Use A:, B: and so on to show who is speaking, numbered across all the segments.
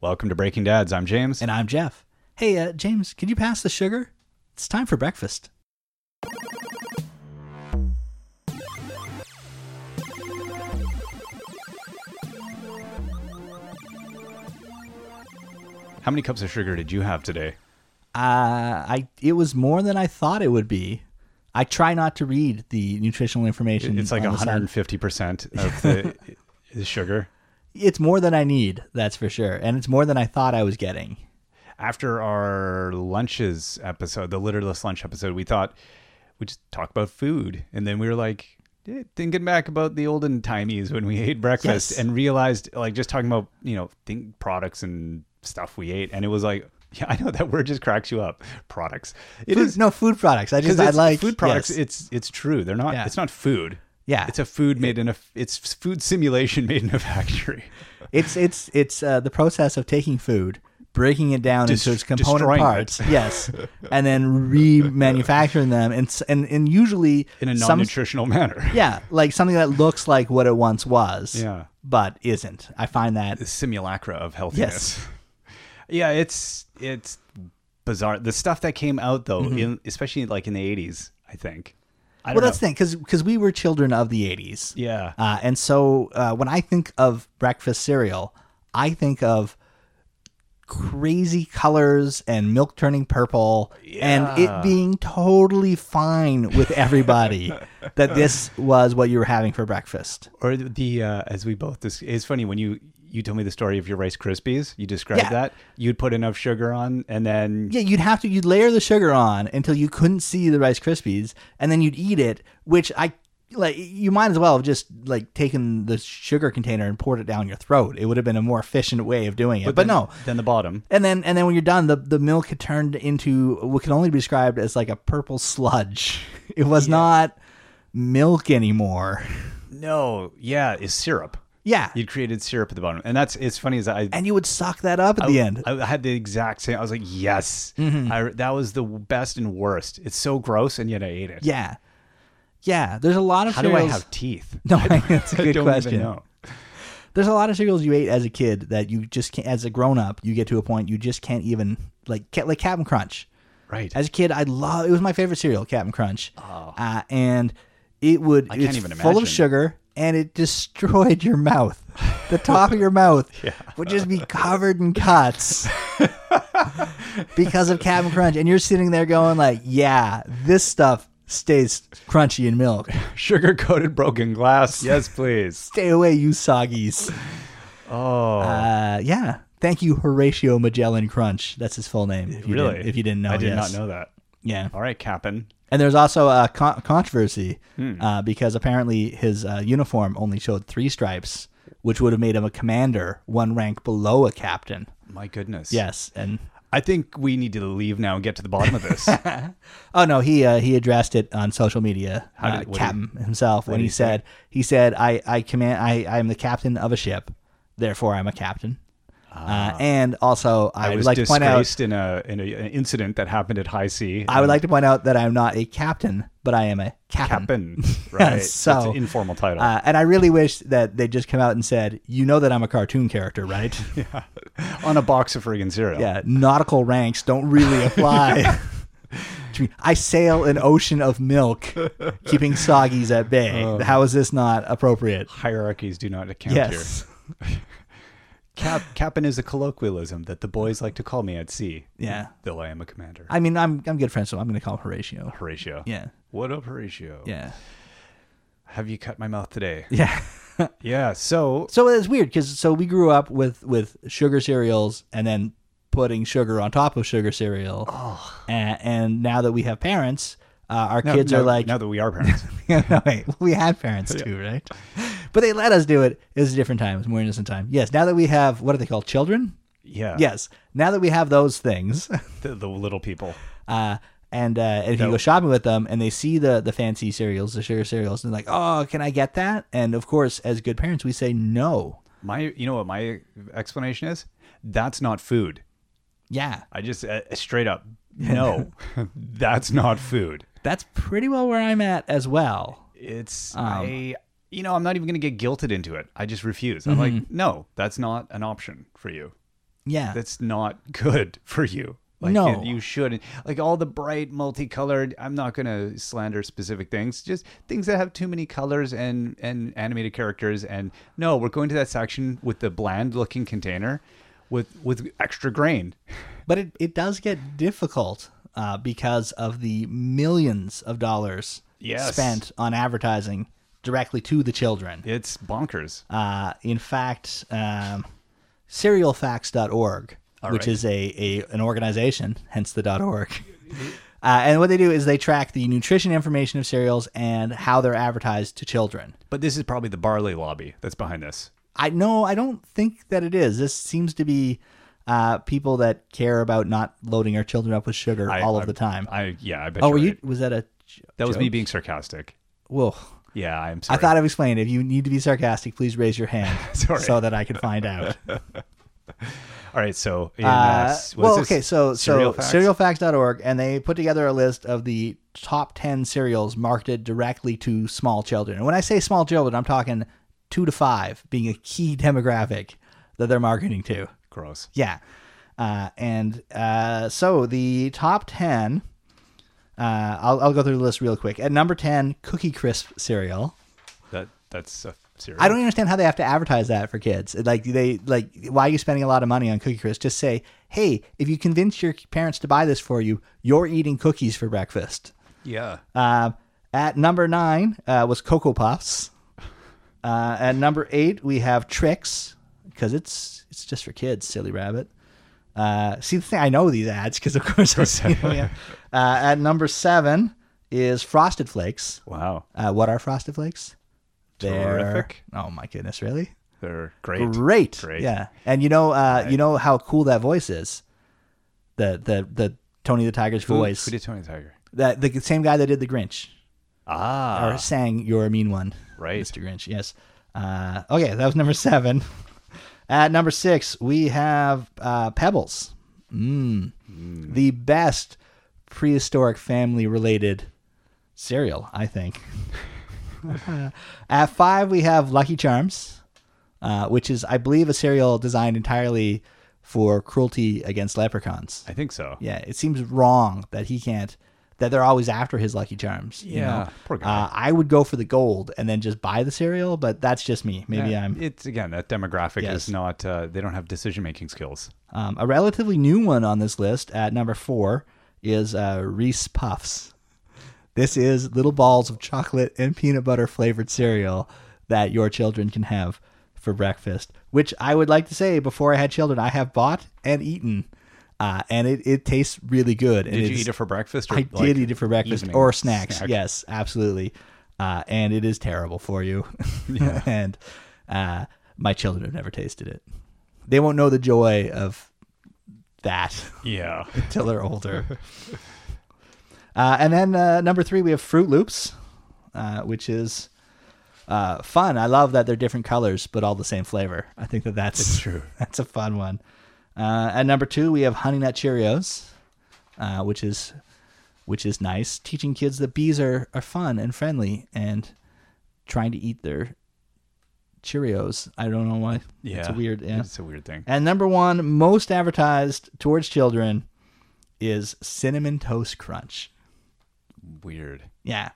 A: Welcome to Breaking Dads. I'm James.
B: And I'm Jeff. Hey, uh, James, can you pass the sugar? It's time for breakfast.
A: How many cups of sugar did you have today?
B: Uh, I it was more than I thought it would be. I try not to read the nutritional information.
A: It's like
B: on the side.
A: 150% of the the sugar.
B: It's more than I need, that's for sure, and it's more than I thought I was getting.
A: After our lunches episode, the litterless lunch episode, we thought we just talk about food. And then we were like, eh, thinking back about the olden times when we ate breakfast
B: Yes.
A: and realized, like, just talking about, you know, think products and stuff we ate. And it was like, yeah, I know that word just cracks you up. Products. It
B: Food-
A: is
B: no food products. I just
A: because
B: I
A: it's
B: like
A: food products.
B: yes.
A: It's it's true. They're not.
B: Yeah.
A: It's not food.
B: Yeah.
A: it's a food made in a. It's food simulation made in a factory.
B: It's it's it's uh, the process of taking food, breaking it down
A: Dest-
B: into its component
A: destroying
B: parts,
A: it.
B: yes, and then remanufacturing them, and s- and and usually
A: in a
B: some-
A: non-nutritional manner.
B: yeah, like something that looks like what it once was,
A: Yeah.
B: but isn't. I find that
A: The simulacra of healthiness. Yeah, it's it's bizarre. The stuff that came out though,
B: Mm-hmm.
A: in, especially like in the eighties, I think. I
B: well,
A: don't
B: that's
A: know.
B: the thing because we were children of the '80s,
A: Yeah.
B: uh, and so uh, when I think of breakfast cereal, I think of crazy colors and milk turning purple and it being totally fine with everybody that this was what you were having for breakfast.
A: or the uh, as we both this it's funny when you you told me the story of your Rice Krispies. You described
B: Yeah.
A: that you'd put enough sugar on, and then
B: Yeah, you'd have to you'd layer the sugar on until you couldn't see the Rice Krispies, and then you'd eat it. Which I like. You might as well have just like taken the sugar container and poured it down your throat. It would have been a more efficient way of doing it.
A: then-
B: But, no.
A: then the bottom.
B: And then and then when you're done, the the milk had turned into what can only be described as like a purple sludge. It was not milk anymore.
A: No, yeah, is syrup.
B: Yeah,
A: You'd created syrup at the bottom, and that's it's funny is that I
B: and you would suck that up at the end. Mm-hmm.
A: I had the exact same. I was like, yes, I, that was the best and worst. It's so gross, and yet I ate it.
B: yeah, yeah. There's a lot of
A: How do
B: cereals.
A: I have teeth?
B: No, that's a
A: I
B: good
A: don't
B: question.
A: even know.
B: There's a lot of cereals you ate as a kid that you just can't. As a grown up, you get to a point you just can't even like ca- like Captain Crunch.
A: Right.
B: As a kid, I love it was my favorite cereal, Captain Crunch. Oh. Uh, and it would I
A: can't
B: it's
A: even
B: full
A: imagine.
B: of sugar and it destroyed your mouth. The top of your mouth would just be covered in cuts because of Captain Crunch. And you're sitting there going like, "Yeah, this stuff stays crunchy in milk.
A: Sugar coated broken glass. Yes, please.
B: Stay away, you soggies."
A: Oh,
B: Uh, yeah. Thank you, Horatio Magellan Crunch. That's his full name. If you
A: really?
B: didn't- if you didn't know,
A: I did
B: yes.
A: not know that.
B: Yeah.
A: All right, Cap'n.
B: And there's also a con- controversy
A: Hmm.
B: uh, because apparently his uh, uniform only showed three stripes, which would have made him a commander, one rank below a captain.
A: My goodness.
B: Yes, and
A: I think we need to leave now and get to the bottom of this.
B: oh no, he uh, he addressed it on social media,
A: How
B: uh,
A: did- what did-
B: captain himself, when
A: did
B: he
A: he say?
B: said he said I I command I I am the captain of a ship, therefore I'm a captain. Uh, and also,
A: Ah.
B: I,
A: I
B: would
A: was
B: like to point out
A: disgraced in a in a, an incident that happened at high Um, sea.
B: I would like to point out that I'm not a captain, but I am a captain.
A: Cap'n. Right.
B: So-
A: it's an informal title.
B: Uh, and I really wish that they just come out and said, "You know that I'm a cartoon character, right?
A: on a box of friggin' cereal.
B: yeah, nautical ranks don't really apply." To me, I sail an ocean of milk, keeping soggies at bay. How is this not appropriate?
A: Hierarchies do not account here.
B: Yes.
A: Cap, captain is a colloquialism that the boys like to call me at sea.
B: Yeah.
A: Though I am a commander.
B: I mean, I'm I'm good friends, so I'm going to call him Horatio.
A: Horatio.
B: Yeah.
A: What up, Horatio?
B: Yeah.
A: Have you cut my mouth today?
B: Yeah.
A: Yeah. So
B: So it's weird because so we grew up with with sugar cereals and then putting sugar on top of sugar cereal, A- and, now that we have parents, uh, our
A: now-
B: kids
A: now-
B: are like,
A: now that we are parents.
B: no, wait, we had parents too, right? But they let us do it. It was a different time. It was a more innocent time. Yes. Now that we have what are they called? Children.
A: yeah.
B: Yes. Now that we have those things,
A: The, the little people.
B: uh, and uh, and if you go shopping with them and they see the the fancy cereals, the sugar cereals, and they're like, oh, can I get that? And of course, as good parents, we say no.
A: My, you know what my explanation is? That's not food.
B: Yeah.
A: I just uh, straight up, no, that's not food.
B: that's pretty well where I'm at as well.
A: It's
B: Um,
A: I, you
B: Mm-hmm.
A: know, I'm not even gonna get guilted into it. I just refuse. I'm like, no, that's not an option for you.
B: Yeah.
A: That's not good for you. Like,
B: No.
A: and you shouldn't. Like all the bright, multicolored. I'm not going to slander specific things. Just things that have too many colors and and animated characters. And no, we're going to that section with the bland-looking container, with with extra grain.
B: But it, it does get difficult uh, because of the millions of dollars
A: Yes.
B: spent on advertising directly to the children.
A: It's bonkers.
B: Uh, in fact, um, serialfacts.org, which
A: right.
B: is a, a an organization, hence the .org. Uh, and what they do is they track the nutrition information of cereals and how they're advertised to children.
A: But this is probably the barley lobby that's behind this.
B: I no, I don't think that it is. This seems to be uh, people that care about not loading our children up with sugar
A: I-
B: all
A: I-
B: of the time.
A: I yeah, I bet.
B: oh,
A: you're
B: were you?
A: right.
B: Was that a? j-
A: That was me
B: joke?
A: being sarcastic.
B: Whoa.
A: Yeah, I'm sorry.
B: I thought I've explained. If you need to be sarcastic, please raise your hand
A: Sorry.
B: so that I can find out.
A: All right, so in,
B: Uh,
A: uh, what is
B: well,
A: this?
B: okay, so so
A: Cereal facts?
B: cerealfacts.org, and they put together a list of the top ten cereals marketed directly to small children. And when I say small children, I'm talking two to five being a key demographic that they're marketing to.
A: gross.
B: Yeah, uh, and uh, so the top ten. Uh, I'll, I'll go through the list real quick. At number ten, Cookie Crisp cereal.
A: That that's a serious.
B: I don't understand how they have to advertise that for kids. Like they like why are you spending a lot of money on Cookie Crisp? Just say, "Hey, if you convince your parents to buy this for you, you're eating cookies for breakfast."
A: Yeah.
B: Um at number 9 uh, was Cocoa Puffs. Uh, at number 8 we have Tricks because it's it's just for kids, silly rabbit. Uh, see the thing I know these ads because of course I've seen them. yeah. Uh, at number 7 is Frosted Flakes.
A: Wow.
B: Uh, what are Frosted Flakes? They're-
A: Terrific.
B: Oh my goodness, really?
A: They're great.
B: Great.
A: Great.
B: Yeah. And you know, uh, you know how cool that voice is. The the the Tony the Tiger's
A: Who-
B: voice.
A: Who did Tony the Tiger?
B: that the same guy that did the Grinch
A: Ah,
B: or sang "You're a Mean One."
A: Right.
B: Mr. Grinch. Yes. Uh, okay, that was number seven. At number six, we have uh, Pebbles. Mm.
A: Hmm.
B: The best prehistoric family related cereal, I think. At five, we have Lucky Charms, uh, which is, I believe, a cereal designed entirely for cruelty against leprechauns.
A: I think so.
B: Yeah, it seems wrong that he can't. That they're always after his Lucky Charms. you
A: Yeah,
B: know?
A: poor guy.
B: Uh, I would go for the gold and then just buy the cereal, but that's just me. Maybe
A: Yeah,
B: I'm
A: It's again that demographic is
B: Yes.
A: not. Uh, they don't have decision making skills.
B: um, a relatively new one on this list at number four is uh, Reese Puffs. This is little balls of chocolate and peanut butter flavored cereal that your children can have for breakfast. Which I would like to say, before I had children, I have bought and eaten, uh, and it, it tastes really good. and
A: Did you
B: it's-
A: eat it for breakfast? Or
B: I
A: like,
B: did eat it for breakfast
A: evening
B: or snacks.
A: snack?
B: Yes, absolutely. Uh, and it is terrible for you. and uh, my children have never tasted it. They won't know the joy of that
A: Yeah.
B: till they're older. uh, and then uh, number three, we have Fruit Loops, uh, which is uh, fun. I love that they're different colors but all the same flavor. I think that that's
A: true.
B: That's a fun one. Uh, at number two, we have Honey Nut Cheerios, uh, which is which is nice. Teaching kids that bees are are fun and friendly and trying to eat their Cheerios. I don't know why.
A: Yeah.
B: it's a weird. Yeah.
A: It's a weird thing.
B: And number one, most advertised towards children is Cinnamon Toast Crunch.
A: Weird.
B: Yeah.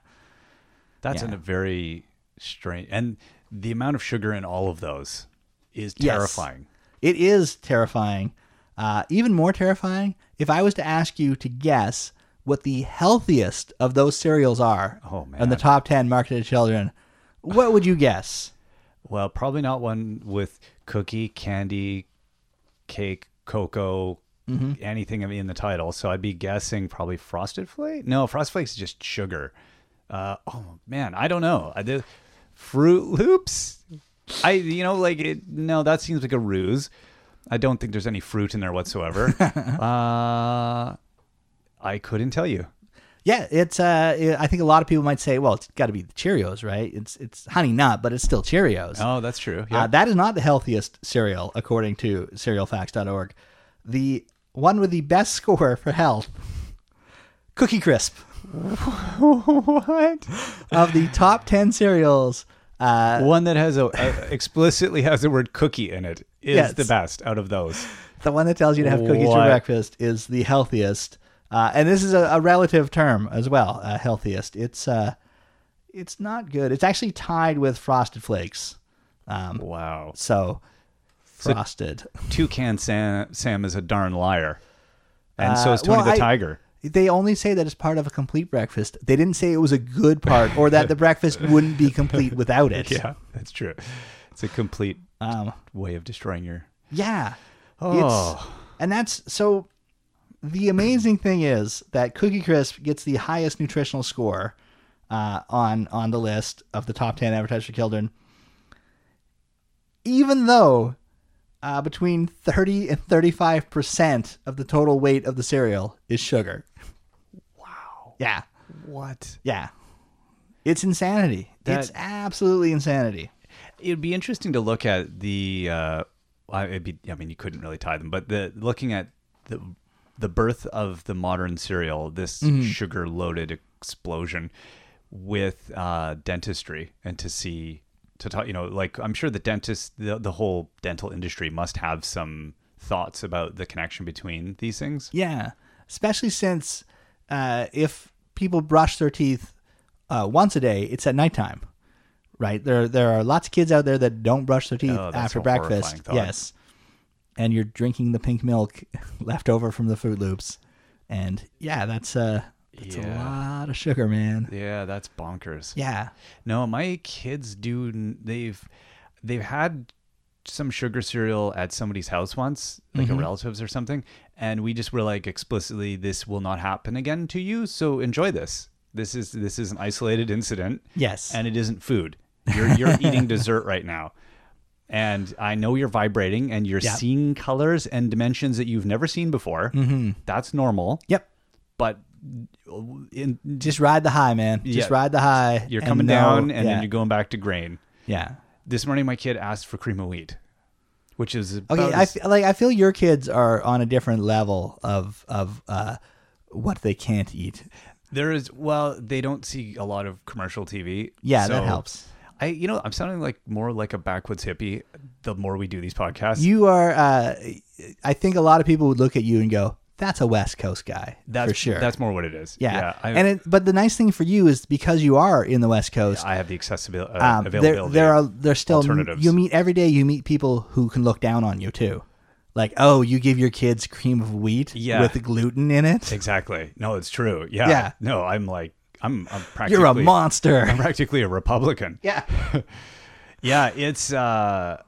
A: That's
B: Yeah.
A: in a very strange. And the amount of sugar in all of those is
B: Yes.
A: terrifying.
B: It is terrifying. Uh, even more terrifying, if I was to ask you to guess what the healthiest of those cereals are
A: Oh, man.
B: in the top 10 marketed to children, what would you guess?
A: Well, probably not one with cookie, candy, cake, cocoa, anything in the title. So I'd be guessing probably frosted flake. No, frosted flakes is just sugar. Uh, oh man, I don't know. I did, Fruit Loops. I you know like it, no, that seems like a ruse. I don't think there's any fruit in there whatsoever. uh, I couldn't tell you.
B: Yeah, it's. Uh, it- I think a lot of people might say, "Well, it's got to be the Cheerios, right? It's it's honey nut, but it's still Cheerios."
A: Oh, that's true.
B: Uh, that is not the healthiest cereal, according to cerealfacts.org. The one with the best score for health, Cookie Crisp.
A: what?
B: Of the top 10 cereals, uh,
A: One that has a, a explicitly has the word cookie in it is
B: Yes.
A: the best out of those.
B: the one that tells you to have cookies for
A: What?
B: breakfast is the healthiest. Uh, and this is a, a relative term as well, uh, healthiest. It's uh, it's not good. It's actually tied with frosted flakes.
A: Wow.
B: So frosted.
A: Toucan Sam, Sam is a darn liar. And so
B: Uh,
A: is Tony
B: well,
A: the
B: I-
A: Tiger.
B: They only say that it's part of a complete breakfast. They didn't say it was a good part or that the breakfast wouldn't be complete without it. Um,
A: Yeah, that's true. It's a complete way of destroying your.
B: Yeah.
A: Oh.
B: and that's so the amazing thing is that Cookie Crisp gets the highest nutritional score uh, on on the list of the top 10 advertised for children. Even though uh, between 30 and 35% of the total weight of the cereal is sugar. Wow. Yeah.
A: What?
B: Yeah. It's insanity.
A: That-
B: it's absolutely insanity.
A: It'd be interesting to look at the. Uh, I- it'd be, I mean, you couldn't really tie them, but the looking at the the birth of the modern cereal, this sugar loaded explosion with uh, dentistry, and to see to talk, you know, like I'm sure the dentist, the, the whole dental industry must have some thoughts about the connection between these things.
B: Yeah, especially since uh, if people brush their teeth uh, once a day, it's at nighttime, right? There, there are lots of kids out there that don't brush their teeth
A: Oh, that's
B: after
A: a horrifying
B: breakfast.
A: thought.
B: Yes, and you're drinking the pink milk left over from the Fruit Loops, and yeah, that's a that's a
A: Yeah.
B: lot of sugar, man.
A: Yeah, that's bonkers.
B: Yeah,
A: No, my kids do. n- They've they've had some sugar cereal at somebody's house once, like
B: Mm-hmm.
A: a relative's or something, and we just were like explicitly, "This will not happen again to you. So enjoy this. This is this is an isolated incident,
B: yes,
A: and it isn't food. You're you're eating dessert right now." And I know you're vibrating and you're
B: Yeah.
A: seeing colors and dimensions that you've never seen before.
B: Mm-hmm.
A: That's normal.
B: yep.
A: But uh, in,
B: Just ride the high, man. Just
A: Yeah.
B: ride the high.
A: you're
B: and
A: coming
B: know-
A: down and
B: yeah,
A: then you're going back to grain.
B: yeah.
A: this morning my kid asked for cream of wheat, which is about
B: Okay, I
A: as-
B: f- like I feel your kids are on a different level of of uh, what they can't eat.
A: there is well they don't see a lot of commercial TV.
B: Yeah,
A: so
B: that helps.
A: I you know I'm sounding like more like a backwoods hippie. The more we do these podcasts,
B: You are. Uh, I think a lot of people would look at you and go, "That's a West Coast guy
A: that's
B: for sure."
A: That's more what it is.
B: yeah.
A: I,
B: and it, but the nice thing for you is because you are in the West Coast,
A: I have the accessibility uh,
B: um, there
A: availability.
B: there are there's still
A: alternatives.
B: you meet every day. You meet people who can look down on you too, like oh, you give your kids cream of wheat
A: Yeah.
B: with gluten in it.
A: exactly. No, it's true. Yeah.
B: Yeah.
A: No, I'm like I'm I'm practically
B: You're a monster.
A: I'm practically a Republican.
B: yeah.
A: yeah it's uh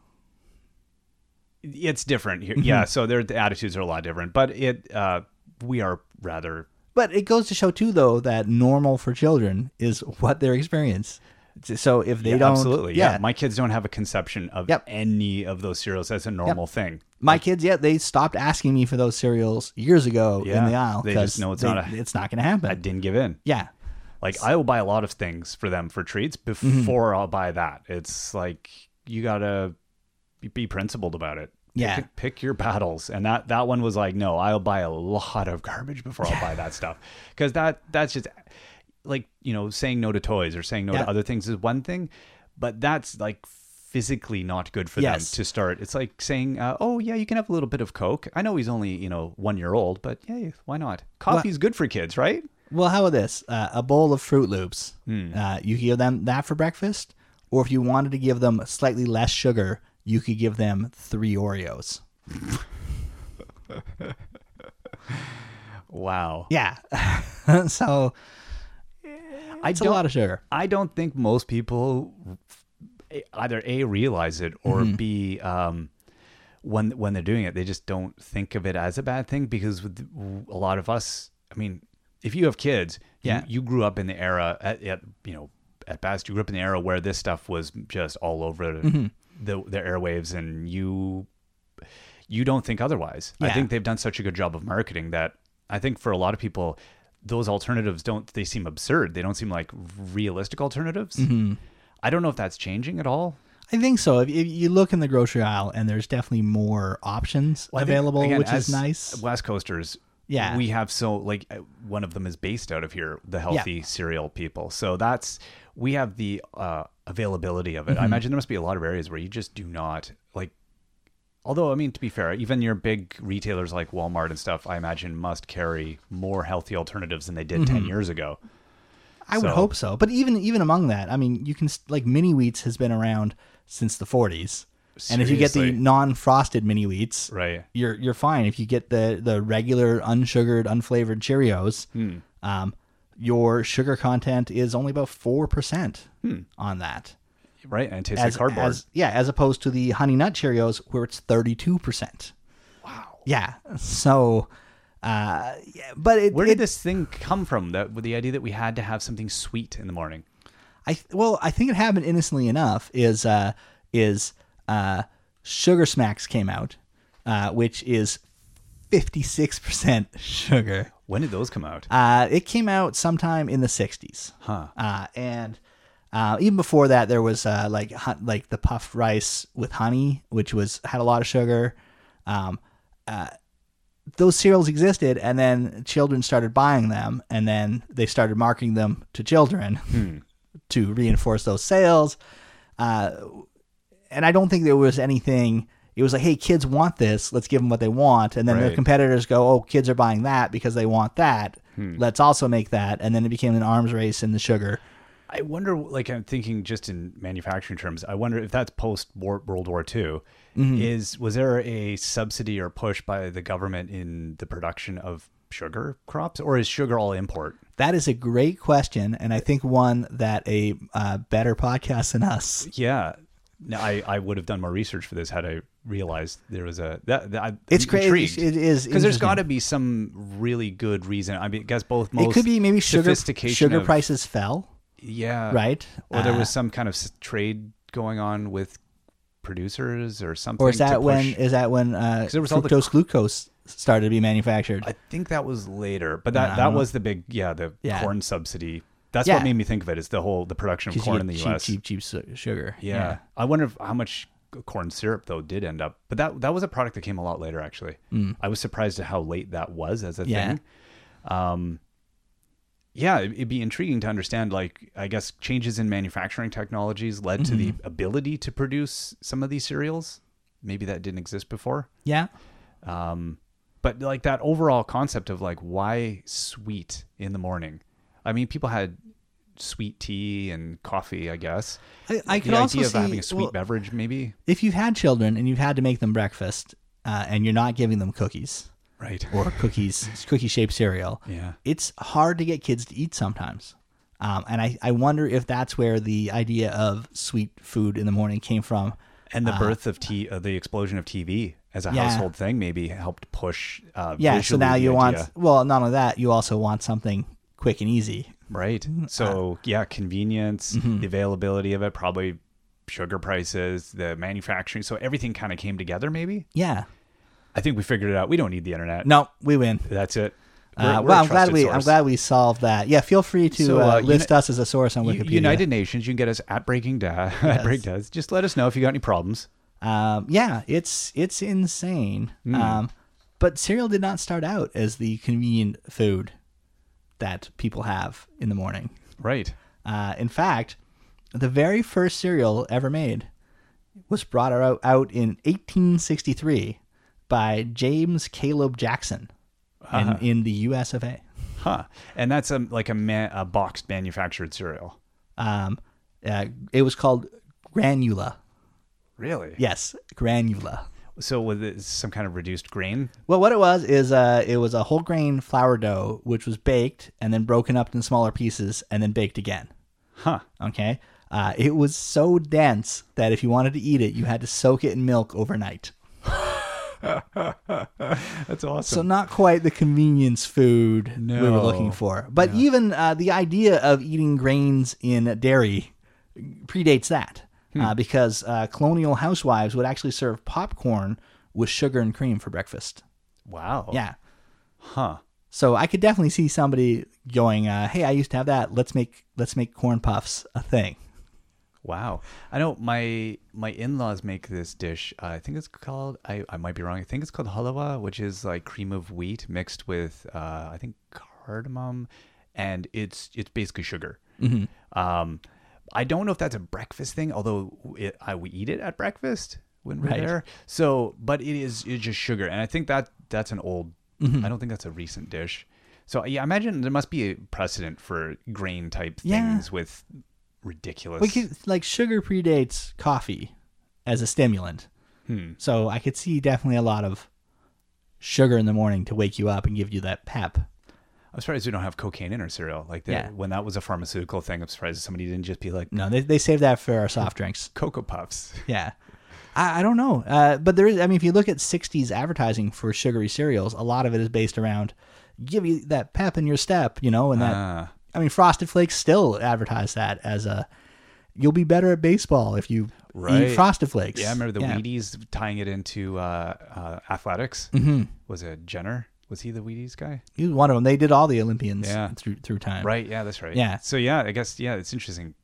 A: it's different here yeah
B: Mm-hmm.
A: so their the attitudes are a lot different but it uh we are rather
B: But it goes to show too, though, that normal for children is what their experience. So if they don't,
A: absolutely yeah. my kids don't have a conception of
B: Yep.
A: any of those cereals as a normal thing
B: my kids, yeah, they stopped asking me for those cereals years ago
A: Yeah,
B: in the aisle.
A: they just
B: 'cause
A: know it's
B: they-
A: not a-
B: it's not going to
A: i
B: happen.
A: didn't give in
B: yeah,
A: like i will buy a lot of things for them for treats
B: Mm-hmm.
A: before i'll buy that it's like you gotta be- be principled about it Pick-
B: Yeah.
A: pick your battles and that that one was like no i'll buy a lot of garbage before i'll buy that stuff because that that's just like you know saying no to toys or saying no
B: Yeah.
A: to other things is one thing but that's like physically not good for
B: Yes.
A: them to start it's like saying uh, oh yeah you can have a little bit of coke i know he's only you know one year old but yeah why not coffee's good for kids right
B: Well, how about this? Uh, a bowl of Fruit Loops.
A: Hmm.
B: Uh, you could give them that for breakfast, or if you wanted to give them slightly less sugar, you could give them three Oreos.
A: wow
B: Yeah. so
A: i
B: it's a lot of sugar.
A: I don't think most people eh, either a realize it or b um, when when they're doing it, they just don't think of it as a bad thing because with a lot of us, I mean, if you have kids,
B: Yeah.
A: you, you grew up in the era at, at you know at best you grew up in the era where this stuff was just all over the the airwaves, and you you don't think otherwise. I
B: Yeah.
A: think they've done such a good job of marketing that I think for a lot of people, those alternatives don't they seem absurd. They don't seem like realistic alternatives. I don't know if that's changing at all.
B: I think so. If, if you look in the grocery aisle, and there's definitely more options
A: I think,
B: available,
A: again,
B: which
A: as
B: is nice.
A: West Coasters,
B: Yeah.
A: we have so like uh, one of them is based out of here, the healthy cereal people. So that's we have
B: Mm-hmm.
A: the uh, availability of it. I imagine there must be a lot of areas where you just do not like Although, I mean, to be fair, even your big retailers like Walmart and stuff, I imagine, must carry more healthy alternatives than they did
B: Mm-hmm.
A: 10 years ago.
B: I would
A: So-
B: hope so. But even even among that, I mean, you can s- like mini wheats has been around since the 40s. And if you get the
A: Seriously.
B: non-frosted mini wheats,
A: Right.
B: you're you're fine. If you get the the regular unsugared, unflavored Cheerios,
A: Hmm.
B: um, your sugar content is only about four percent
A: Hmm.
B: on that.
A: Right. And it tastes like cardboard.
B: as- yeah, as opposed to the honey nut Cheerios where it's thirty two percent.
A: wow.
B: Yeah. So, uh, yeah, but it,
A: Where
B: it
A: did this thing come from? That with the idea that we had to have something sweet in the morning.
B: I th- well, I think it happened innocently enough. Is uh, is uh, Sugar Smacks came out, uh, which is fifty six percent sugar.
A: When did those come out?
B: Uh, it came out sometime in the '60s,
A: Huh.
B: Uh, and uh, even before that, there was uh, like hu- like the puff rice with honey, which was had a lot of sugar. Um, uh, those cereals existed, and then children started buying them, and then they started marketing them to children
A: Hmm.
B: to reinforce those sales. Uh, and I don't think there was anything. It was like, hey, kids want this. Let's give them what they want. And then their
A: Right.
B: competitors go, oh, kids are buying that because they want that.
A: Hmm.
B: Let's also make that. And then it became an arms race in the sugar.
A: I wonder, like I'm thinking just in manufacturing terms, I wonder if that's post war World War II.
B: Mm-hmm.
A: Is was there a subsidy or push by the government in the production of sugar crops, or is sugar all import?
B: That is a great question, and I think one that a uh, better podcast than us.
A: Yeah, no, I, I would have done more research for this had I realized there was a that, that I'm
B: It's crazy.
A: intrigued.
B: It is
A: because there's
B: interesting.
A: got to be some really good reason. I mean, I guess both most
B: It could be maybe sugar
A: sophistication
B: sugar
A: of-
B: prices fell,
A: yeah,
B: right?
A: or there
B: Uh,
A: was some kind of s- trade going on with producers or something.
B: or is
A: to
B: that when
A: push-
B: is that when uh,
A: there was all the-
B: fructose glucose started to be manufactured?
A: I think that was later, but that
B: I
A: that
B: don't know.
A: was the big yeah the
B: Uh-huh. Yeah.
A: corn subsidy. That's
B: Yeah.
A: what made me think of it is the whole the production of
B: 'Cause you
A: corn
B: get
A: in the
B: cheap,
A: U.S.
B: cheap, cheap su- sugar.
A: Yeah. I wonder if, how much c- corn syrup though did end up, but that that was a product that came a lot later. Actually, I was surprised at how late that was as a
B: Mm. Yeah.
A: thing. Um, yeah, it- it'd be intriguing to understand. Like, I guess changes in manufacturing technologies led to the
B: Mm-hmm.
A: ability to produce some of these cereals. Maybe that didn't exist before
B: yeah.
A: but like that overall concept of like why sweet in the morning i mean people had sweet tea and coffee i guess
B: I, I
A: the
B: could
A: idea
B: also
A: of
B: see
A: having a sweet
B: well,
A: beverage maybe
B: if you've had children and you've had to make them breakfast, uh, and you're not giving them cookies
A: right
B: or cookies cookie shaped cereal.
A: yeah
B: it's hard to get kids to eat sometimes. Um, and I, I wonder if that's where the idea of sweet food in the morning came from.
A: and the birth of t uh, the explosion of tv as a
B: Yeah.
A: household thing maybe helped push uh
B: Yeah. so
A: visually
B: now
A: the
B: you want,
A: idea.
B: well, not only that, you also want something quick and easy.
A: right
B: Mm-hmm. Uh,
A: so yeah convenience the availability of it probably sugar prices the manufacturing so everything kind of came together maybe
B: Yeah.
A: i think we figured it out we don't need the internet
B: No, we win.
A: that's it We're-
B: Uh,
A: we're
B: well,
A: a
B: I'm glad
A: trusted
B: we I'm
A: source.
B: glad we solved that. Yeah, feel free to
A: So,
B: uh,
A: uh,
B: list
A: uni-
B: us as a source on
A: U-
B: Wikipedia.
A: United Nations. You can get us at Breaking Da at Break Dads. Just let us know if you got any problems.
B: Um, yeah, it's it's insane.
A: Hmm.
B: Um, but cereal did not start out as the convenient food that people have in the morning.
A: Right.
B: Uh, in fact, the very first cereal ever made was brought out, out in 1863 by James Caleb Jackson
A: Uh-huh.
B: in, in the US of A.
A: Huh. And that's a, like a, ma- a boxed manufactured cereal.
B: Um, uh, it was called Granula.
A: Really? Yeah.
B: Yes, Granula.
A: So with it- some kind of reduced grain.
B: Well, what it was is uh, it was a whole grain flour dough, which was baked and then broken up in smaller pieces and then baked again.
A: Huh.
B: Okay. Uh, it was so dense that if you wanted to eat it, you had to soak it in milk overnight.
A: That's awesome.
B: So not quite the convenience food we were
A: No.
B: looking for. But even uh, the idea of eating grains in dairy predates that, uh, because uh, colonial housewives would actually serve popcorn with sugar and cream for breakfast.
A: wow.
B: Yeah.
A: Huh.
B: So I could definitely see somebody going, uh, "Hey, I used to have that. Let's make let's make corn puffs a thing."
A: Wow. I know my my in-laws make this dish. Uh, I think it's called I, I might be wrong. I think it's called halawa, which is like cream of wheat mixed with uh, I think cardamom and it's it's basically sugar.
B: Mm-hmm.
A: Um I don't know if that's a breakfast thing, although it, I we eat it at breakfast. when we're
B: Right.
A: there. So, but it is it's just sugar, and I think that that's an old.
B: Mm-hmm.
A: I don't think that's a recent dish. So yeah, I imagine there must be a precedent for grain type
B: Yeah.
A: things with ridiculous.
B: We could, like sugar predates coffee as a stimulant. So I could see definitely a lot of sugar in the morning to wake you up and give you that pep.
A: I'm surprised we don't have cocaine in our cereal. Like that,
B: Yeah.
A: when that was a pharmaceutical thing, I'm surprised somebody didn't just be like
B: No, they they save that for our soft drinks.
A: Cocoa Puffs.
B: Yeah. I, I don't know. Uh, but there is, I mean, if you look at 60s advertising for sugary cereals, a lot of it is based around give you that pep in your step, you know, and that.
A: Ah.
B: I mean, Frosted Flakes still advertise that as a you'll be better at baseball if you
A: Right.
B: eat Frosted Flakes.
A: Yeah, I remember the Wheaties tying it into uh, uh, athletics. Mm-hmm. Was it Jenner? Was he the Wheaties guy?
B: He was one of them. They did all the Olympians
A: Yeah.
B: through through time.
A: Right. Yeah, that's right.
B: Yeah.
A: So yeah, I guess yeah, it's interesting.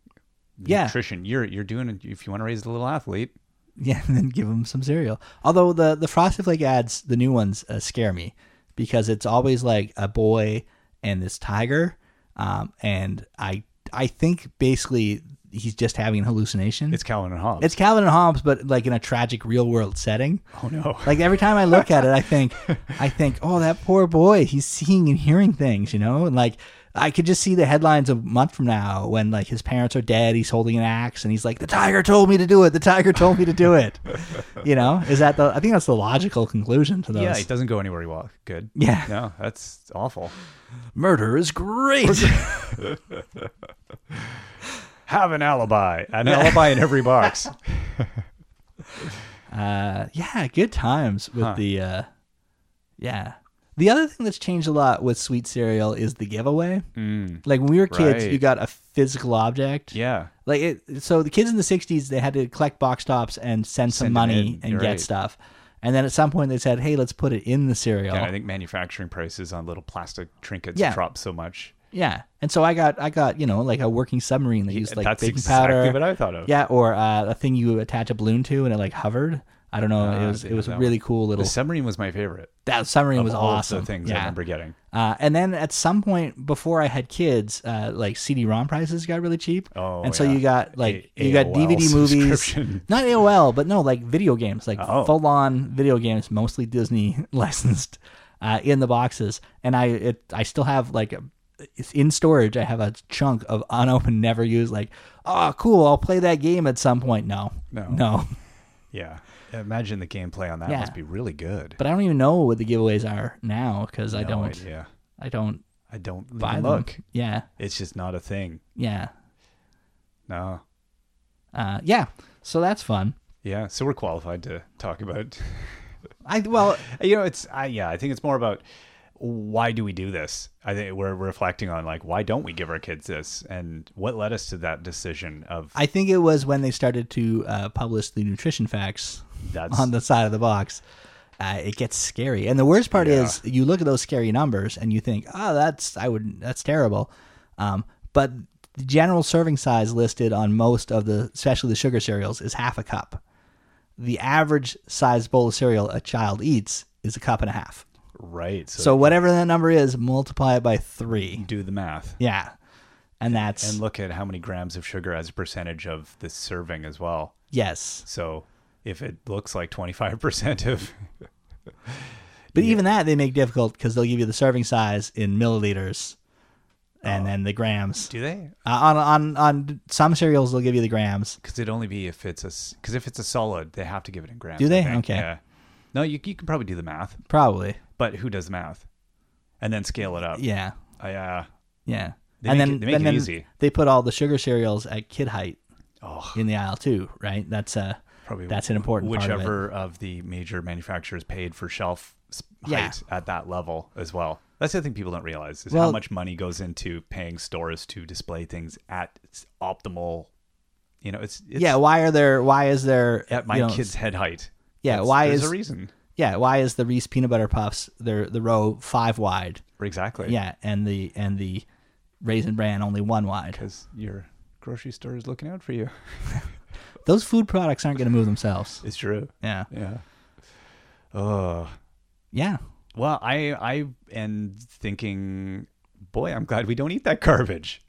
B: Yeah.
A: Nutrition. You're you're doing if you want to raise the little athlete.
B: Yeah, and then give them some cereal. Although the the Frosted Flake ads, the new ones, uh, scare me because it's always like a boy and this tiger, um, and I I think basically he's just having a hallucination.
A: It's Calvin and Hobbes.
B: it's Calvin and Hobbes, but like in a tragic real world setting.
A: oh no.
B: Like every time I look at it, I think, I think, oh, that poor boy, he's seeing and hearing things, you know, and like I could just see the headlines a month from now when like his parents are dead, he's holding an axe, and he's like, the tiger told me to do it, the tiger told me to do it, you know. Is that the? I think that's the logical conclusion to those.
A: yeah, it doesn't go anywhere you walk. Good.
B: Yeah.
A: No, that's awful.
B: murder is great.
A: Have an alibi. An alibi in every box.
B: uh, yeah, good times with
A: Huh.
B: the. Uh, yeah, the other thing that's changed a lot with sweet cereal is the giveaway.
A: Mm.
B: Like when we were kids,
A: Right.
B: you got a physical object.
A: Yeah.
B: Like it, so the kids in the '60s, they had to collect box tops and send
A: Send
B: some
A: 'em
B: money
A: in,
B: and
A: you're
B: get
A: right.
B: stuff. And then at some point, they said, "Hey, let's put it in the cereal."
A: And I think manufacturing prices on little plastic trinkets
B: Oh. Yeah.
A: dropped so much.
B: yeah. And so I got, I got, you know, like a working submarine that used like
A: that's
B: baking
A: exactly
B: powder.
A: what I thought of.
B: Yeah, or uh, a thing you attach a balloon to and it like hovered. I don't know.
A: Ah,
B: it was
A: I
B: it was
A: know
B: a
A: that
B: really cool little.
A: The submarine was my favorite.
B: that submarine
A: of
B: was
A: all of
B: awesome.
A: the things I
B: yeah.
A: remember getting.
B: Uh, and then at some point before I had kids, uh, like CD-ROM prices got really cheap,
A: Oh,
B: and so
A: yeah.
B: you got like
A: A-
B: you got
A: AOL
B: DVD movies,
A: subscription.
B: not AOL, but no, like video games, like
A: Oh.
B: full-on video games, mostly Disney licensed, uh, in the boxes. And I it, I still have like a, it's in storage. I have a chunk of unopened, never used. Like, oh, cool, I'll play that game at some point. No,
A: No.
B: no.
A: Yeah. Imagine the gameplay on that
B: Yeah.
A: must be really good.
B: But I don't even know what the giveaways are now because I
A: No
B: don't,
A: idea.
B: I don't
A: I don't
B: buy
A: even
B: them.
A: look.
B: Yeah,
A: It's just not a thing.
B: yeah.
A: No.
B: uh, yeah so that's fun
A: Yeah. So we're qualified to talk about.
B: i well
A: You know, it's I yeah. I think it's more about why do we do this. I think we're reflecting on like why don't we give our kids this, and what led us to that decision of
B: i think it was when they started to uh, publish the nutrition facts
A: That's-
B: on the side of the box uh, it gets scary and the worst part
A: Yeah.
B: is you look at those scary numbers and you think oh that's i would that's terrible um, but the general serving size listed on most of the especially the sugar cereals is half a cup the average size bowl of cereal a child eats is a cup and a half
A: right. So,
B: so whatever that number is multiply it by three
A: do the math
B: yeah and that's
A: and look at how many grams of sugar as a percentage of the serving as well.
B: yes
A: So if it looks like twenty five percent of
B: But even that they make difficult because they'll give you the serving size in milliliters,
A: Oh.
B: and then the grams.
A: do they?
B: Uh, on on on some cereals they'll give you the grams.
A: Because it'd only be if it's a because if it's a solid, they have to give it in grams.
B: Do
A: I
B: they?
A: think.
B: Okay.
A: Yeah. No, you you can probably do the math,
B: Probably,
A: but who does math? And then scale it up.
B: yeah,
A: I, uh,
B: yeah.
A: They
B: and
A: make
B: then
A: it- they make
B: and
A: it
B: then
A: easy.
B: they put all the sugar cereals at kid height
A: oh,
B: in the aisle too, right? That's uh,
A: probably
B: that's an important part of it.
A: whichever of, the major manufacturers paid for shelf s-
B: Yeah.
A: height at that level as well. That's the thing people don't realize is how
B: Well-
A: much money goes into paying stores to display things at its optimal. You know, it's, it's
B: yeah. Why are there? Why is there
A: at my
B: you know,
A: kid's head height.
B: Yeah,
A: That's-
B: why
A: there's
B: is-
A: a reason?
B: Yeah. Why is the Reese peanut butter puffs? They're the row five wide.
A: Exactly.
B: Yeah, and the and the raisin bran only one wide.
A: because your grocery store is looking out for you.
B: Those food products aren't going to move themselves.
A: It's true.
B: Yeah.
A: Yeah. Oh.
B: Yeah.
A: Well, I I am thinking, boy, I'm glad we don't eat that garbage.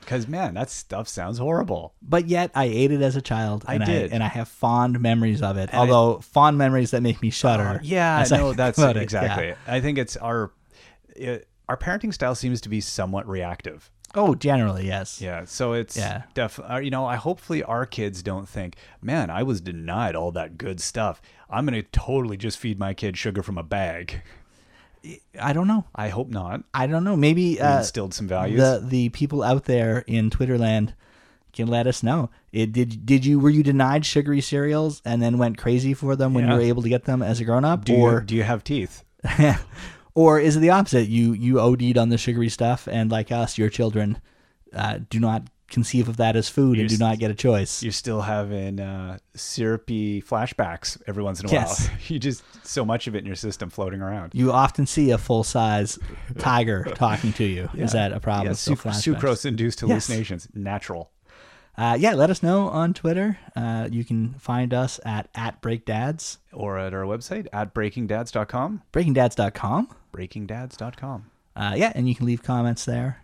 A: Because man, that stuff sounds horrible.
B: But yet, I ate it as a child.
A: I
B: And
A: did.
B: and I have fond memories of it.
A: I- Uh,
B: although fond memories that make me shudder.
A: Yeah,
B: as I
A: no,
B: think
A: that's
B: about it, yeah.
A: exactly. I think it's our it, our parenting style seems to be somewhat reactive.
B: Oh, generally yes.
A: Yeah, so it's
B: Yeah.
A: def. uh, You know, I hopefully our kids don't think, man, I was denied all that good stuff. I'm gonna totally just feed my kid sugar from a bag.
B: I don't know.
A: I hope not.
B: I don't know. Maybe
A: We
B: uh,
A: instilled some values.
B: the the people out there in Twitterland can let us know. It did did you were you denied sugary cereals and then went crazy for them when
A: Yeah.
B: you were able to get them as a grown up,
A: do you,
B: or
A: do you have teeth?
B: or is it the opposite? You you OD'd on the sugary stuff, and like us, your children uh, do not conceive of that as food and do
A: s-
B: not get a choice.
A: You're still having uh, syrupy flashbacks every once in a
B: Yes.
A: while. You just so much of it in your system floating around.
B: You often see a full size tiger talking to you. Is that a problem?
A: Yeah,
B: Still
A: suc-
B: flashbacks.
A: sucrose-induced
B: Yes.
A: hallucinations, natural.
B: Uh, yeah, let us know on Twitter. Uh, you can find us at at breakdads,
A: Or at our website at breakingdads.com,
B: breakingdads.com.
A: breakingdads.com.
B: Uh, yeah, and you can leave comments there.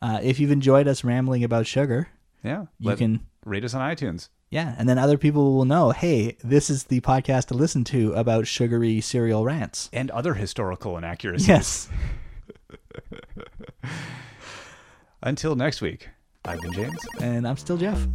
B: Uh, if you've enjoyed us rambling about sugar,
A: Yeah,
B: you can,
A: rate us on iTunes.
B: yeah, and then other people will know, hey, this is the podcast to listen to about sugary cereal rants.
A: and other historical inaccuracies.
B: Yes.
A: Until next week, I've been James.
B: And I'm still Jeff.